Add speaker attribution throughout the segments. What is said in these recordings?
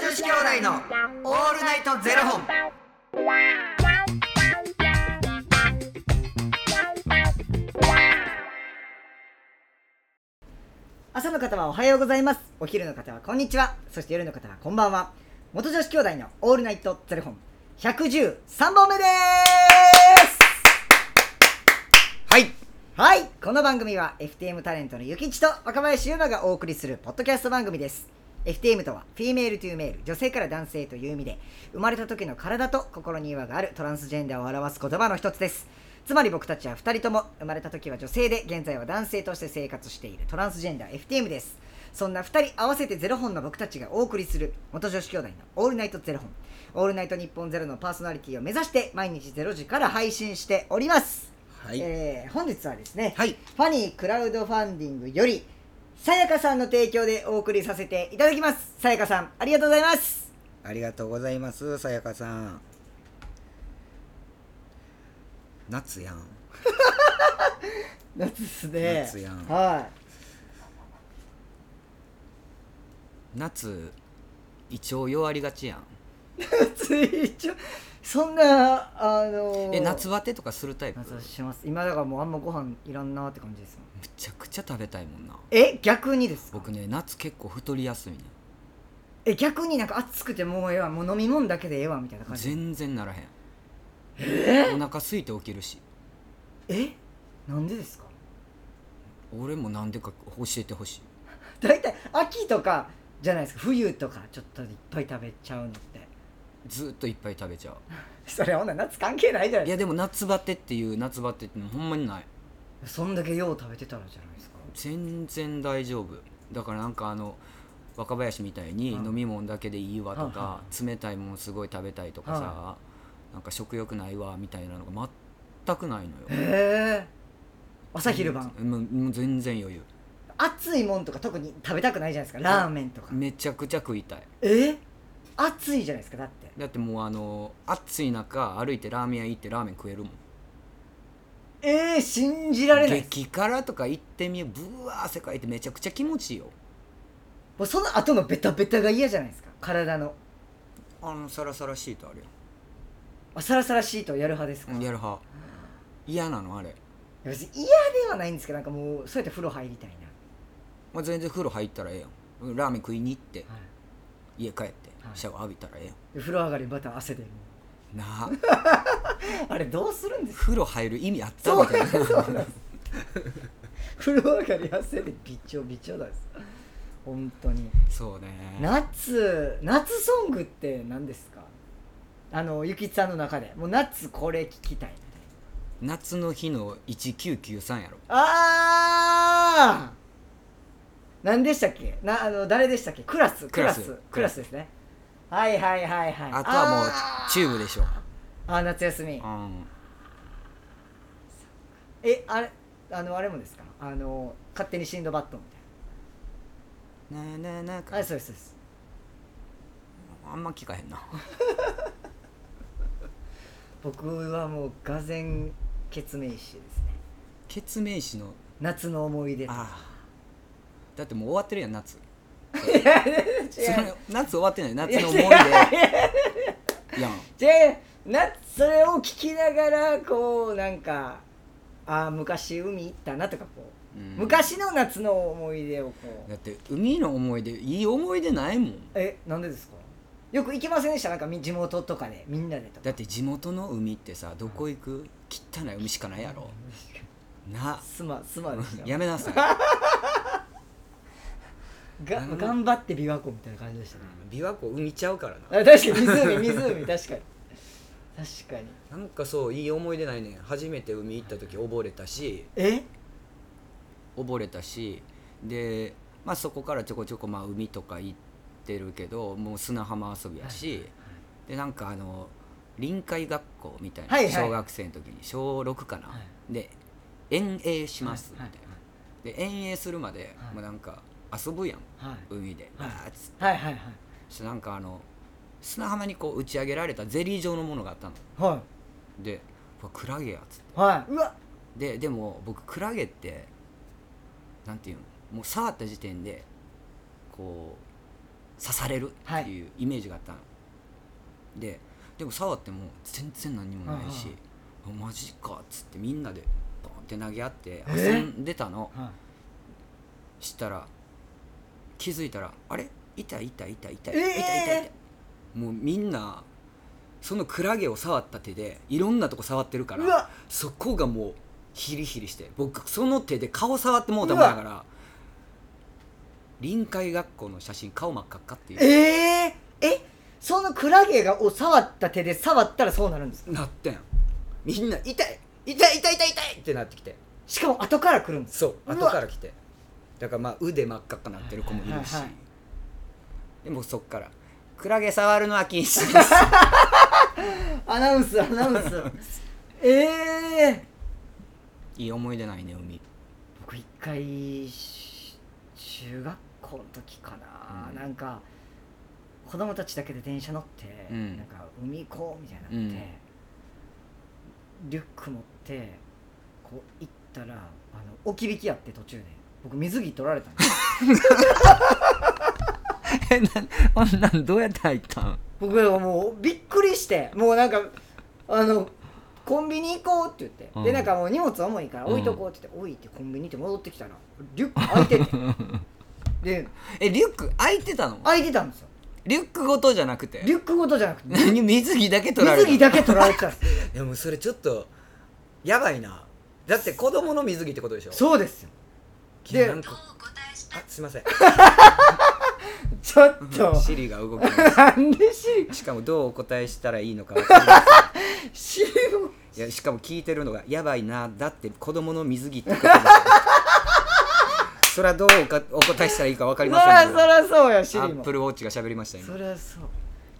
Speaker 1: 子兄弟のオールナイトゼロ本。
Speaker 2: 朝の方はおはようございますお昼の方はこんにちはそして夜の方はこんばんは元女子兄弟のオールナイトゼロ本113本目です
Speaker 1: はい。
Speaker 2: はいこの番組は FTM タレントのゆきちと若林優馬がお送りするポッドキャスト番組です FTM とはフィメールというメール女性から男性という意味で生まれた時の体と心に違和があるトランスジェンダーを表す言葉の一つですつまり僕たちは2人とも生まれた時は女性で現在は男性として生活しているトランスジェンダー FTM ですそんな2人合わせてゼロ本の僕たちがお送りする元女子兄弟の「オールナイトゼロ本」「オールナイト日本ゼロのパーソナリティを目指して毎日0時から配信しております、
Speaker 1: はい
Speaker 2: えー本日はですね、
Speaker 1: はい。
Speaker 2: ファニークラウドファンディングよりさやかさんの提供でお送りさせていただきますさやかさんありがとうございます
Speaker 1: ありがとうございます、さやかさん。夏やん。
Speaker 2: 夏ですね
Speaker 1: 夏やん
Speaker 2: は
Speaker 3: 夏胃腸弱りがちやん
Speaker 2: い夏 一応そんなあのー
Speaker 3: え夏バテとかするタイプ
Speaker 2: 夏はします今だからもうあんまご飯いらんなって感じですもん
Speaker 3: むちゃくちゃ食べたいもんな
Speaker 2: え逆にですか
Speaker 3: 僕ね夏結構太りやすいね
Speaker 2: え逆になんか暑くてもうええわもう飲み物だけでええわみたいな感じ
Speaker 3: 全然ならへんお腹空いて起きるし
Speaker 2: えなんでですか
Speaker 3: 俺もなんでか教えてほしい
Speaker 2: 大体秋とかじゃないですか冬とかちょっといっぱい食べちゃうのって
Speaker 3: ずっといっぱい食べちゃ
Speaker 2: それほんなら夏関係ないじゃない
Speaker 3: うい
Speaker 2: で
Speaker 3: やでも夏バテっていう夏バテってほんまにない
Speaker 2: すかそんだけよう食べてたらじゃないですか
Speaker 3: 全然大丈夫だからなんかあの若林みたいに
Speaker 2: うん
Speaker 3: 飲み物だけでいいわと
Speaker 2: は
Speaker 3: か、冷たいものすごい食べたいとかさ、
Speaker 2: は
Speaker 3: なんか食欲ないわみたいなのが全くないのよ
Speaker 2: へえ朝昼晩
Speaker 3: もうもう全然余裕
Speaker 2: 暑いもんとか特に食べたくないじゃないですかラーメンとか
Speaker 3: めちゃくちゃ食いたい
Speaker 2: え暑いじゃないですかだって
Speaker 3: だってもうあの暑い中歩いてラーメン屋行ってラーメン食えるもん
Speaker 2: えー、信じられないです
Speaker 3: 激辛とか行ってみようぶわー汗かいてめちゃくちゃ気持ちいいよ
Speaker 2: もうその後のベタベタが嫌じゃないですか体の
Speaker 3: あのサラサラシートあるや
Speaker 2: あサラサラシートをやる派ですか
Speaker 3: んやる派嫌なのあれ、
Speaker 2: 別に嫌ではないんですけどなんかもうそうやって風呂入りたい
Speaker 3: まあ、全然風呂入ったらええやんラーメン食いに行って
Speaker 2: な、はい
Speaker 3: 家帰って
Speaker 2: はい
Speaker 3: シャワー浴びたらええやん、
Speaker 2: で風呂上がりまた汗でも
Speaker 3: なあ
Speaker 2: うあれどうするんですか
Speaker 3: 風呂入る意味あったみたいな
Speaker 2: 風呂上がり汗でびちょびちょだです本当に
Speaker 3: そうね
Speaker 2: 夏夏ソングって何ですかあのゆきちさんの中でもう夏これ聞きたいみたい
Speaker 3: 夏の日の1993やろ
Speaker 2: なあー何でしたっけなあの誰でしたっけクラスクラス
Speaker 3: クラス
Speaker 2: クラスですねはいはいはいはい
Speaker 3: あとはもう
Speaker 2: あー
Speaker 3: チューブでしょ
Speaker 2: あー夏休み
Speaker 3: うん
Speaker 2: えあれあのあれもですかあの勝手にシンドバットみ
Speaker 3: なあなあなあ
Speaker 2: たいなあそうですそうです
Speaker 3: あんま聞かへんな
Speaker 2: 僕はもうがぜん決命詞ですね
Speaker 3: ケツメイシの
Speaker 2: 夏の思い出
Speaker 3: ああだってもう終わってるやん夏
Speaker 2: いや違
Speaker 3: それ夏終わってない夏の
Speaker 2: う
Speaker 3: 思い出やん
Speaker 2: 違うなそれを聞きながらこうなんかああ昔海行ったなとかこう、
Speaker 3: うん
Speaker 2: 昔の夏の思い出をこう
Speaker 3: だって海の思い出いい思い出ないもん
Speaker 2: えなんでですかよく行きませんでしたなんかみ地元とかでみんなでとか
Speaker 3: だって地元の海ってさどこ行く汚い海しかないやろな
Speaker 2: すまんすまんでした
Speaker 3: やめなさい
Speaker 2: が頑張って琵琶湖みたいな感じでしたね
Speaker 3: 琵琶湖海ちゃうから
Speaker 2: あ確かに湖湖確かに 確かに
Speaker 3: ななんかそういい思い出ないねん初めて海行った時溺れたし
Speaker 2: え
Speaker 3: 溺れたしで、まあ、そこからちょこちょこまあ海とか行ってるけどもう砂浜遊びやし、でなんかあの臨海学校みたいな、
Speaker 2: はいはい
Speaker 3: 小学生の時に小6かな、
Speaker 2: は
Speaker 3: で遠泳しますみた
Speaker 2: はいい
Speaker 3: な、で遠泳するまで、
Speaker 2: はい
Speaker 3: まあ、なんか遊ぶやん
Speaker 2: はい
Speaker 3: 海で、
Speaker 2: はい
Speaker 3: わーっつって
Speaker 2: はいはいはい
Speaker 3: そしてなんかあの砂浜にこう打ち上げられたゼリー状のものがあったの
Speaker 2: は
Speaker 3: でうわクラゲやっつって
Speaker 2: いはいうわ
Speaker 3: ででも僕クラゲってなんていうのもう触った時点でこう刺されるっていうイメージがあったの、ででも触っても全然何にもないし「あマジか」っつってみんなでボンって投げ合って遊んでたの、
Speaker 2: は
Speaker 3: したら気づいたら「あれ痛い痛い痛い痛い痛い痛い
Speaker 2: えー
Speaker 3: 痛い痛い」もうみんなそのクラゲを触った手でいろんなとこ触ってるか
Speaker 2: うわ
Speaker 3: らそこがもうヒリヒリして僕その手で顔触ってもうたもんだから臨海学校の写真顔真っ赤っかっていう
Speaker 2: えー、えそのクラゲがを触った手で触ったらそうなるんですか
Speaker 3: なってんみんな痛い痛い痛い痛い痛いってなってきて
Speaker 2: しかも後から来るんです
Speaker 3: そう
Speaker 2: う
Speaker 3: 後
Speaker 2: わ
Speaker 3: から来てだからまあ腕真っ赤っかなってる子もいるし、
Speaker 2: はいはい
Speaker 3: でもそっから「クラゲ触るのは禁止です
Speaker 2: アナウンスアナウン スええー、」
Speaker 3: いい思い出ないね海
Speaker 2: 僕一回し中学校の時かな、
Speaker 3: うん
Speaker 2: なんか子供たちだけで電車乗って、
Speaker 3: うん
Speaker 2: なんか海行こうみたいになって、リュック持ってこう行ったらあの置き引きやって途中で僕水着取られたんです
Speaker 3: えなあんなんどうやって入ったん
Speaker 2: 僕はもうびっくりしてもうなんかあのコンビニ行こうって言って、
Speaker 3: うん
Speaker 2: でなんかもう荷物重いから置いとこうって言って、置いてコンビニ行って戻ってきたらリュック開い ててで
Speaker 3: えリュック開いてたの
Speaker 2: 開いてたんですよ
Speaker 3: リュックごとじゃなくて
Speaker 2: リュックごとじゃなくて
Speaker 3: 何水着だけ取られ
Speaker 2: 水
Speaker 3: た
Speaker 2: 着だけ取られちゃう
Speaker 3: でもそれちょっとやばいなだって子供の水着ってことでしょ
Speaker 2: そうですよ
Speaker 3: いや
Speaker 2: で
Speaker 3: なんかあすいません
Speaker 2: ちょっと
Speaker 3: シリが動く
Speaker 2: なんでシリ
Speaker 3: しかもどうお答えしたらいいのか分かんない
Speaker 2: シリも
Speaker 3: いやしかも聞いてるのが「やばいなだって子供の水着ってことだから」それはどうおかお答えしたらいいか分かり
Speaker 2: そ
Speaker 3: ません
Speaker 2: ら
Speaker 3: け
Speaker 2: そ
Speaker 3: どア
Speaker 2: らそうよシリ
Speaker 3: ッ
Speaker 2: も
Speaker 3: プルウォッチが喋りました今
Speaker 2: そりゃそう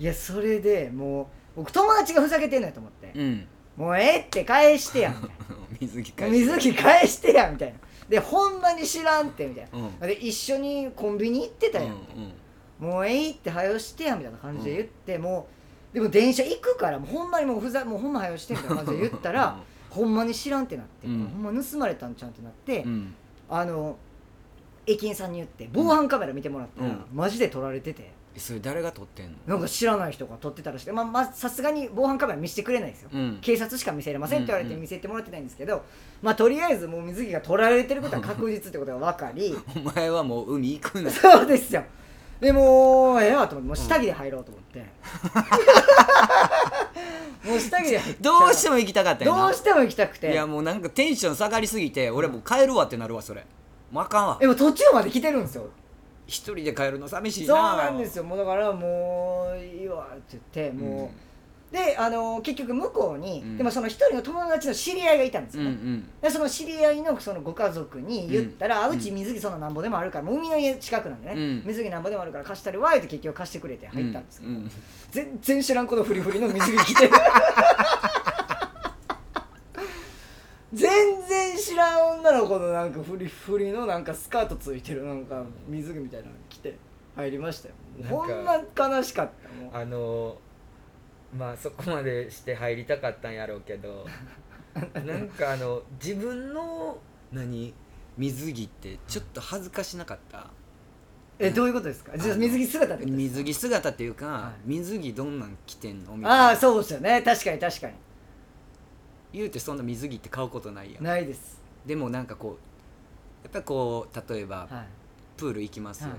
Speaker 2: いやそれでもう僕友達がふざけてんのやと思って、
Speaker 3: うん
Speaker 2: もうええって返してやみたい
Speaker 3: 水着
Speaker 2: な
Speaker 3: 返して
Speaker 2: 水着返してやみたいなでほんまに知らんってみたいな、
Speaker 3: うん
Speaker 2: で一緒にコンビニ行ってた
Speaker 3: うん
Speaker 2: やん、
Speaker 3: うん
Speaker 2: もうえいって早よしてやみたいな感じで言って、もうでも電車行くからもうほんまにもうふざもうほんま早よしてみたいな感じで言った らほんまに知らんってなって、
Speaker 3: うん
Speaker 2: ほんま盗まれたんちゃうんってなって、
Speaker 3: うん
Speaker 2: あの駅員さんに言って防犯カメラ見てもらったら、
Speaker 3: うん
Speaker 2: マジで撮られてて
Speaker 3: えそれ誰が撮ってんの
Speaker 2: なんか知らない人が撮ってたらしてまあまあさすがに防犯カメラ見せてくれないですよ、
Speaker 3: うん
Speaker 2: 警察しか見せれませんって言われて
Speaker 3: うん
Speaker 2: 見せてもらってないんですけど、まあとりあえずもう水着が撮られてることは確実ってことが分かり
Speaker 3: お前はもう海行くな
Speaker 2: そうですよでもうええわと思ってもう下着で入ろうと思 って、もう下着で入っちゃ
Speaker 3: どうしても行きたかったよな
Speaker 2: どうしても行きたくて
Speaker 3: いやもうなんかテンション下がりすぎて俺もう帰るわってなるわそれもうあかんわ
Speaker 2: でも途中まで来てるんですよ
Speaker 3: 一人で帰るの寂しい
Speaker 2: そ
Speaker 3: な
Speaker 2: うなんですよもうだからもういいわって言ってもう、であの結局向こうに、
Speaker 3: うん
Speaker 2: でもその一人の友達の知り合いがいたんです
Speaker 3: うん
Speaker 2: よ
Speaker 3: う
Speaker 2: ね、
Speaker 3: ん
Speaker 2: でその知り合いのそのご家族に言ったら、あうち水着そんななんぼでもあるからもう海の家近くなんでね、
Speaker 3: うん
Speaker 2: 水着なんぼでもあるから貸したるわいって結局貸してくれて入ったんですけど、
Speaker 3: ううん
Speaker 2: 全然知らんこのフリフリの水着着て全然知らん女の子のなんかフリフリのなんかスカートついてるなんか水着みたいなの着て入りましたよほん
Speaker 3: な
Speaker 2: ま悲しかったもう
Speaker 3: あのまあそこまでして入りたかったんやろうけ どなんかあの自分の何水着ってちょっと恥ずかしなかった
Speaker 2: えどういうことですかじゃあ
Speaker 3: あの
Speaker 2: 水着姿ってことですか
Speaker 3: 水着姿っていうか、
Speaker 2: はい
Speaker 3: 水着どんなん着てんのみたいな
Speaker 2: ああそうですよね確かに確かに
Speaker 3: 言うてそんな水着って買うことないやん
Speaker 2: ないです
Speaker 3: でもなんかこうやっぱりこう例えば、
Speaker 2: はい
Speaker 3: プール行きますよ、
Speaker 2: はい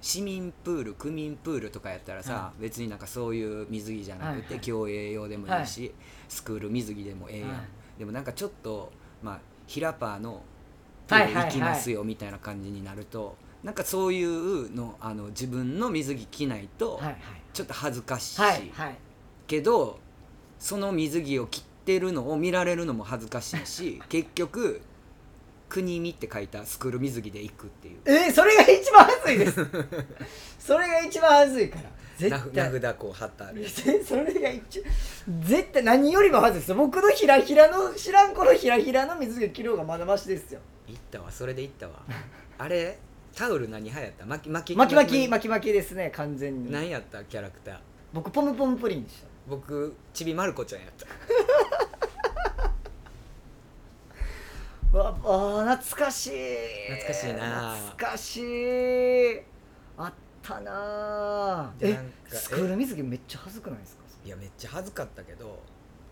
Speaker 3: 市民プール区民プールとかやったらさ、
Speaker 2: は
Speaker 3: 別になんかそういう水着じゃなく
Speaker 2: はいは
Speaker 3: て、
Speaker 2: い
Speaker 3: 競泳用でもいいし、スクール水着でもええやん、
Speaker 2: はい
Speaker 3: でもなんかちょっとまあヒラパーのプ
Speaker 2: はい
Speaker 3: ー
Speaker 2: はい
Speaker 3: ル
Speaker 2: はい
Speaker 3: 行きますよみたいな感じになると、なんかそういうのあの自分の水着着ないと
Speaker 2: はいはい
Speaker 3: ちょっと恥ずかしい、
Speaker 2: はいはい
Speaker 3: けどその水着を着てるのを見られるのも恥ずかし いし結局国見って書いたスクール水着で行くっていう。
Speaker 2: えそれが一番恥ずいですそれが一番恥ずいから絶
Speaker 3: 名札
Speaker 2: 対
Speaker 3: 名札こう貼ってある
Speaker 2: それが一絶対何よりも恥ずいですよ僕のひらひらの知らんこのひらひらの水着着る方がまだましですよ
Speaker 3: 行ったわそれで行っ たわあれタオル何流行った巻き巻き
Speaker 2: 巻き巻き巻き巻きですね完全に
Speaker 3: 何やったキャラクター
Speaker 2: 僕ポムポムプリンでした
Speaker 3: 僕ちびまる子ちゃんやった
Speaker 2: うわあー懐かしい
Speaker 3: 懐かしいな
Speaker 2: 懐かしいあっったなぁ
Speaker 4: で
Speaker 2: え
Speaker 4: なんか
Speaker 2: スクール水着めっちゃ恥ずくないですか
Speaker 4: いやめっちゃ恥ずかったけど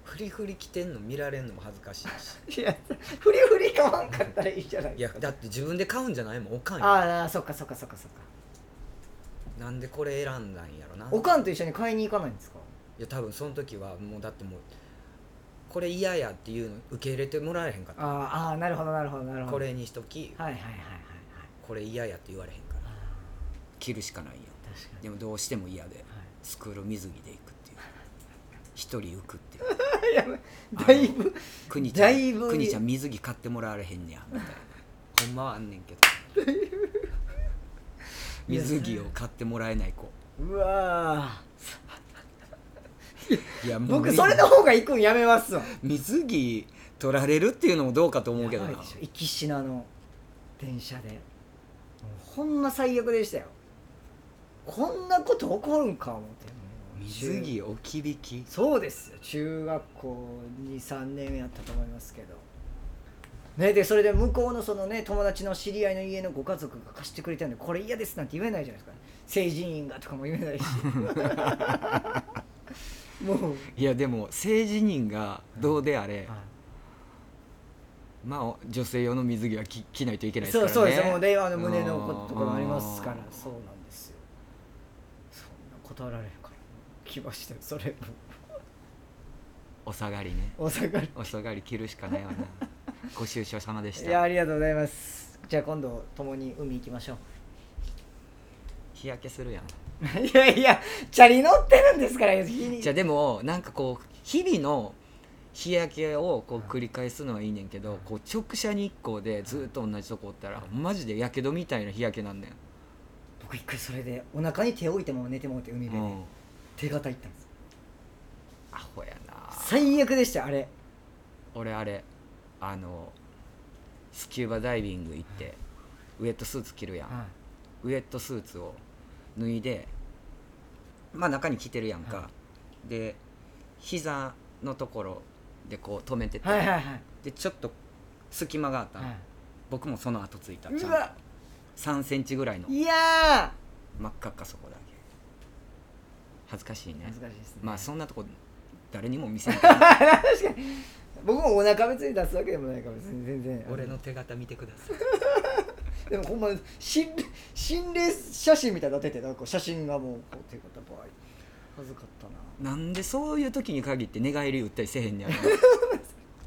Speaker 4: フリフリ着てんの見られんのも恥ずかしいし
Speaker 2: いやフリフリ買わんかったらいいじゃない
Speaker 4: いやだって自分で買うんじゃないもんおかんや
Speaker 2: ああそっかそっかそっかそっか
Speaker 4: なんでこれ選んだんやろな
Speaker 2: おかんと一緒に買いに行かないんですか
Speaker 4: いや多分その時はもうだってもうこれ嫌やっていうの受け入れてもらえへんかっ
Speaker 2: あーあーなるほどなるほどなる
Speaker 4: た
Speaker 2: ほど
Speaker 4: これにしとき
Speaker 2: はいはいはいはいはい
Speaker 4: これ嫌やって言われへんから
Speaker 3: 着るしかないよ
Speaker 2: 確か
Speaker 3: でもどうしても嫌で
Speaker 2: はい
Speaker 3: スクール水着で行くっていう一人浮くっていう
Speaker 2: にいやだいぶ
Speaker 3: くにちゃ
Speaker 2: だいぶ
Speaker 3: んくにちゃん水着買ってもらわれへんねやみたいなほんまはあんねんけど水着を買ってもらえない子
Speaker 2: うわ
Speaker 3: いや
Speaker 2: ー
Speaker 3: もう
Speaker 2: 僕それの方が行くんやめますわ
Speaker 3: 水着取られるっていうのもどうかと思うけど
Speaker 2: や
Speaker 3: な
Speaker 2: ばいでしょ行きしなの電車でもうほんま最悪でしたよこんなこと起こるんか思って
Speaker 3: 水着置き引き
Speaker 2: そうですよ中学校23年やったと思いますけどねでそれで向こうのそのね友達の知り合いの家のご家族が貸してくれたんでこれ嫌ですなんて言えないじゃないですか成人院がとかも言え ないしもう、
Speaker 3: いやでも性自認がどうであれ、まあ女性用の水着は着着ないといけないです
Speaker 2: そ
Speaker 3: か
Speaker 2: う
Speaker 3: らね
Speaker 2: そうですもう令和の胸のこととかもありますから
Speaker 3: うん
Speaker 2: そうなんですよそんな断られるから来ましたよそれ
Speaker 3: お下がりね
Speaker 2: 大阪に
Speaker 3: お下がり着るしかないわな ご愁傷様でし
Speaker 2: いや
Speaker 3: た
Speaker 2: ありがとうございますじゃあ今度共に海行きましょう
Speaker 3: 日焼けするやん
Speaker 2: いやいや、チャリ乗ってるんですから、日に
Speaker 3: じゃあでもなんかこう日々の日焼けをこう繰り返すのはいいねんけどこう直射日光でずっと同じとこおったらマジでやけどみたいな日焼けなんねん、
Speaker 2: 僕一回それで、お腹に手を置いても寝てもって海でね、
Speaker 3: うん
Speaker 2: 手形いったんです。
Speaker 3: アホやな
Speaker 2: 最悪でした、あれ。
Speaker 3: 俺あれあのスキューバダイビング行ってウエットスーツ着るやん、ウエットスーツを脱いでまあ中に着てるやんか、
Speaker 2: は
Speaker 3: で膝のところでこう止めてて、
Speaker 2: はいはいはい。
Speaker 3: でちょっと隙間があったの、
Speaker 2: は
Speaker 3: 僕もその後ついた
Speaker 2: い、
Speaker 3: ち
Speaker 2: う
Speaker 3: ゃん
Speaker 2: わ、
Speaker 3: 3センチぐらいの
Speaker 2: いや
Speaker 3: 真っ赤っかそこだけ恥ずかしい
Speaker 2: ー、
Speaker 3: ね
Speaker 2: 難しいですね。
Speaker 3: まあそんなとこ誰にも見せない
Speaker 2: 僕もお腹別に出すわけでもないから、別に全然。
Speaker 4: 俺の手形見てください
Speaker 2: でもほんま心霊心霊写真みたいになっててなんか写真がもうこう手形ばい恥ずかったな
Speaker 3: なんでそういう時に限って寝返り打ったりせえへんねやろ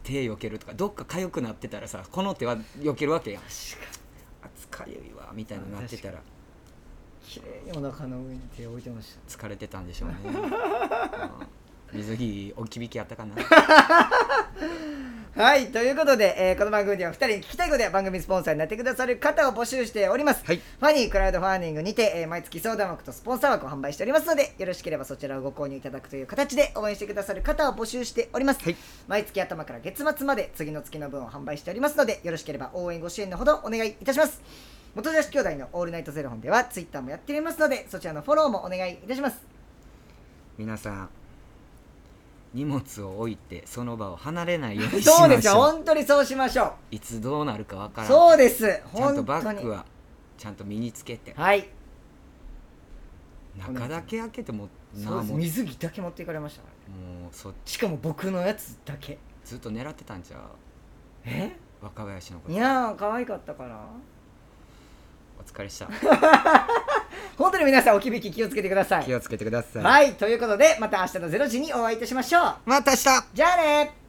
Speaker 3: 手避けるとかどっか痒くなってたらさこの手は避けるわけやん確かにあ疲れいわみたいなのなってたら
Speaker 2: 綺麗にお腹の上に手を置いてまし
Speaker 3: 疲れてたんでしょ うね、うん水着置き引きあったかな
Speaker 2: たはいということで、えーこの番組では2人に聞きたいことや番組スポンサーになってくださる方を募集しております
Speaker 3: はい
Speaker 2: ファニークラウドファンディングにて、えー毎月相談枠とスポンサー枠を販売しておりますので、よろしければそちらをご購入いただくという形で応援してくださる方を募集しております。
Speaker 3: はい
Speaker 2: 毎月頭から月末まで次の月の分を販売しておりますので、よろしければ応援ご支援のほどお願いいたします。元女子兄弟のオールナイトゼロ本ではツイッターもやっておりますので、そちらのフォローもお願いいたします。
Speaker 3: 皆さん荷物を置いてその場を離れないように し
Speaker 2: そう
Speaker 3: ま
Speaker 2: です
Speaker 3: し
Speaker 2: よ、
Speaker 3: ょう
Speaker 2: 本当にそうしましょ
Speaker 3: いつどうなるかわ
Speaker 2: う。
Speaker 3: からん
Speaker 2: そうです、
Speaker 3: ちゃんと
Speaker 2: 本
Speaker 3: バ
Speaker 2: 当
Speaker 3: ッ
Speaker 2: に
Speaker 3: グ。はちゃんと身につけて
Speaker 2: はい、
Speaker 3: 中だけ開けてもな
Speaker 2: そ
Speaker 3: あ
Speaker 2: うです
Speaker 3: もうもう
Speaker 2: 水着だけ持っていかれましたからね。
Speaker 3: そ
Speaker 2: しかも僕のやつだけ。
Speaker 3: ずっと狙ってたんちゃ
Speaker 2: え
Speaker 3: う若林のこ
Speaker 2: い
Speaker 3: と
Speaker 2: やー、可愛かったから。
Speaker 3: お疲れした
Speaker 2: 本当に皆さんおきびき気をつけてください
Speaker 3: 気をつけてください
Speaker 2: はいということでまた明日の0時にお会いいたしましょう
Speaker 3: また明日
Speaker 2: じゃあね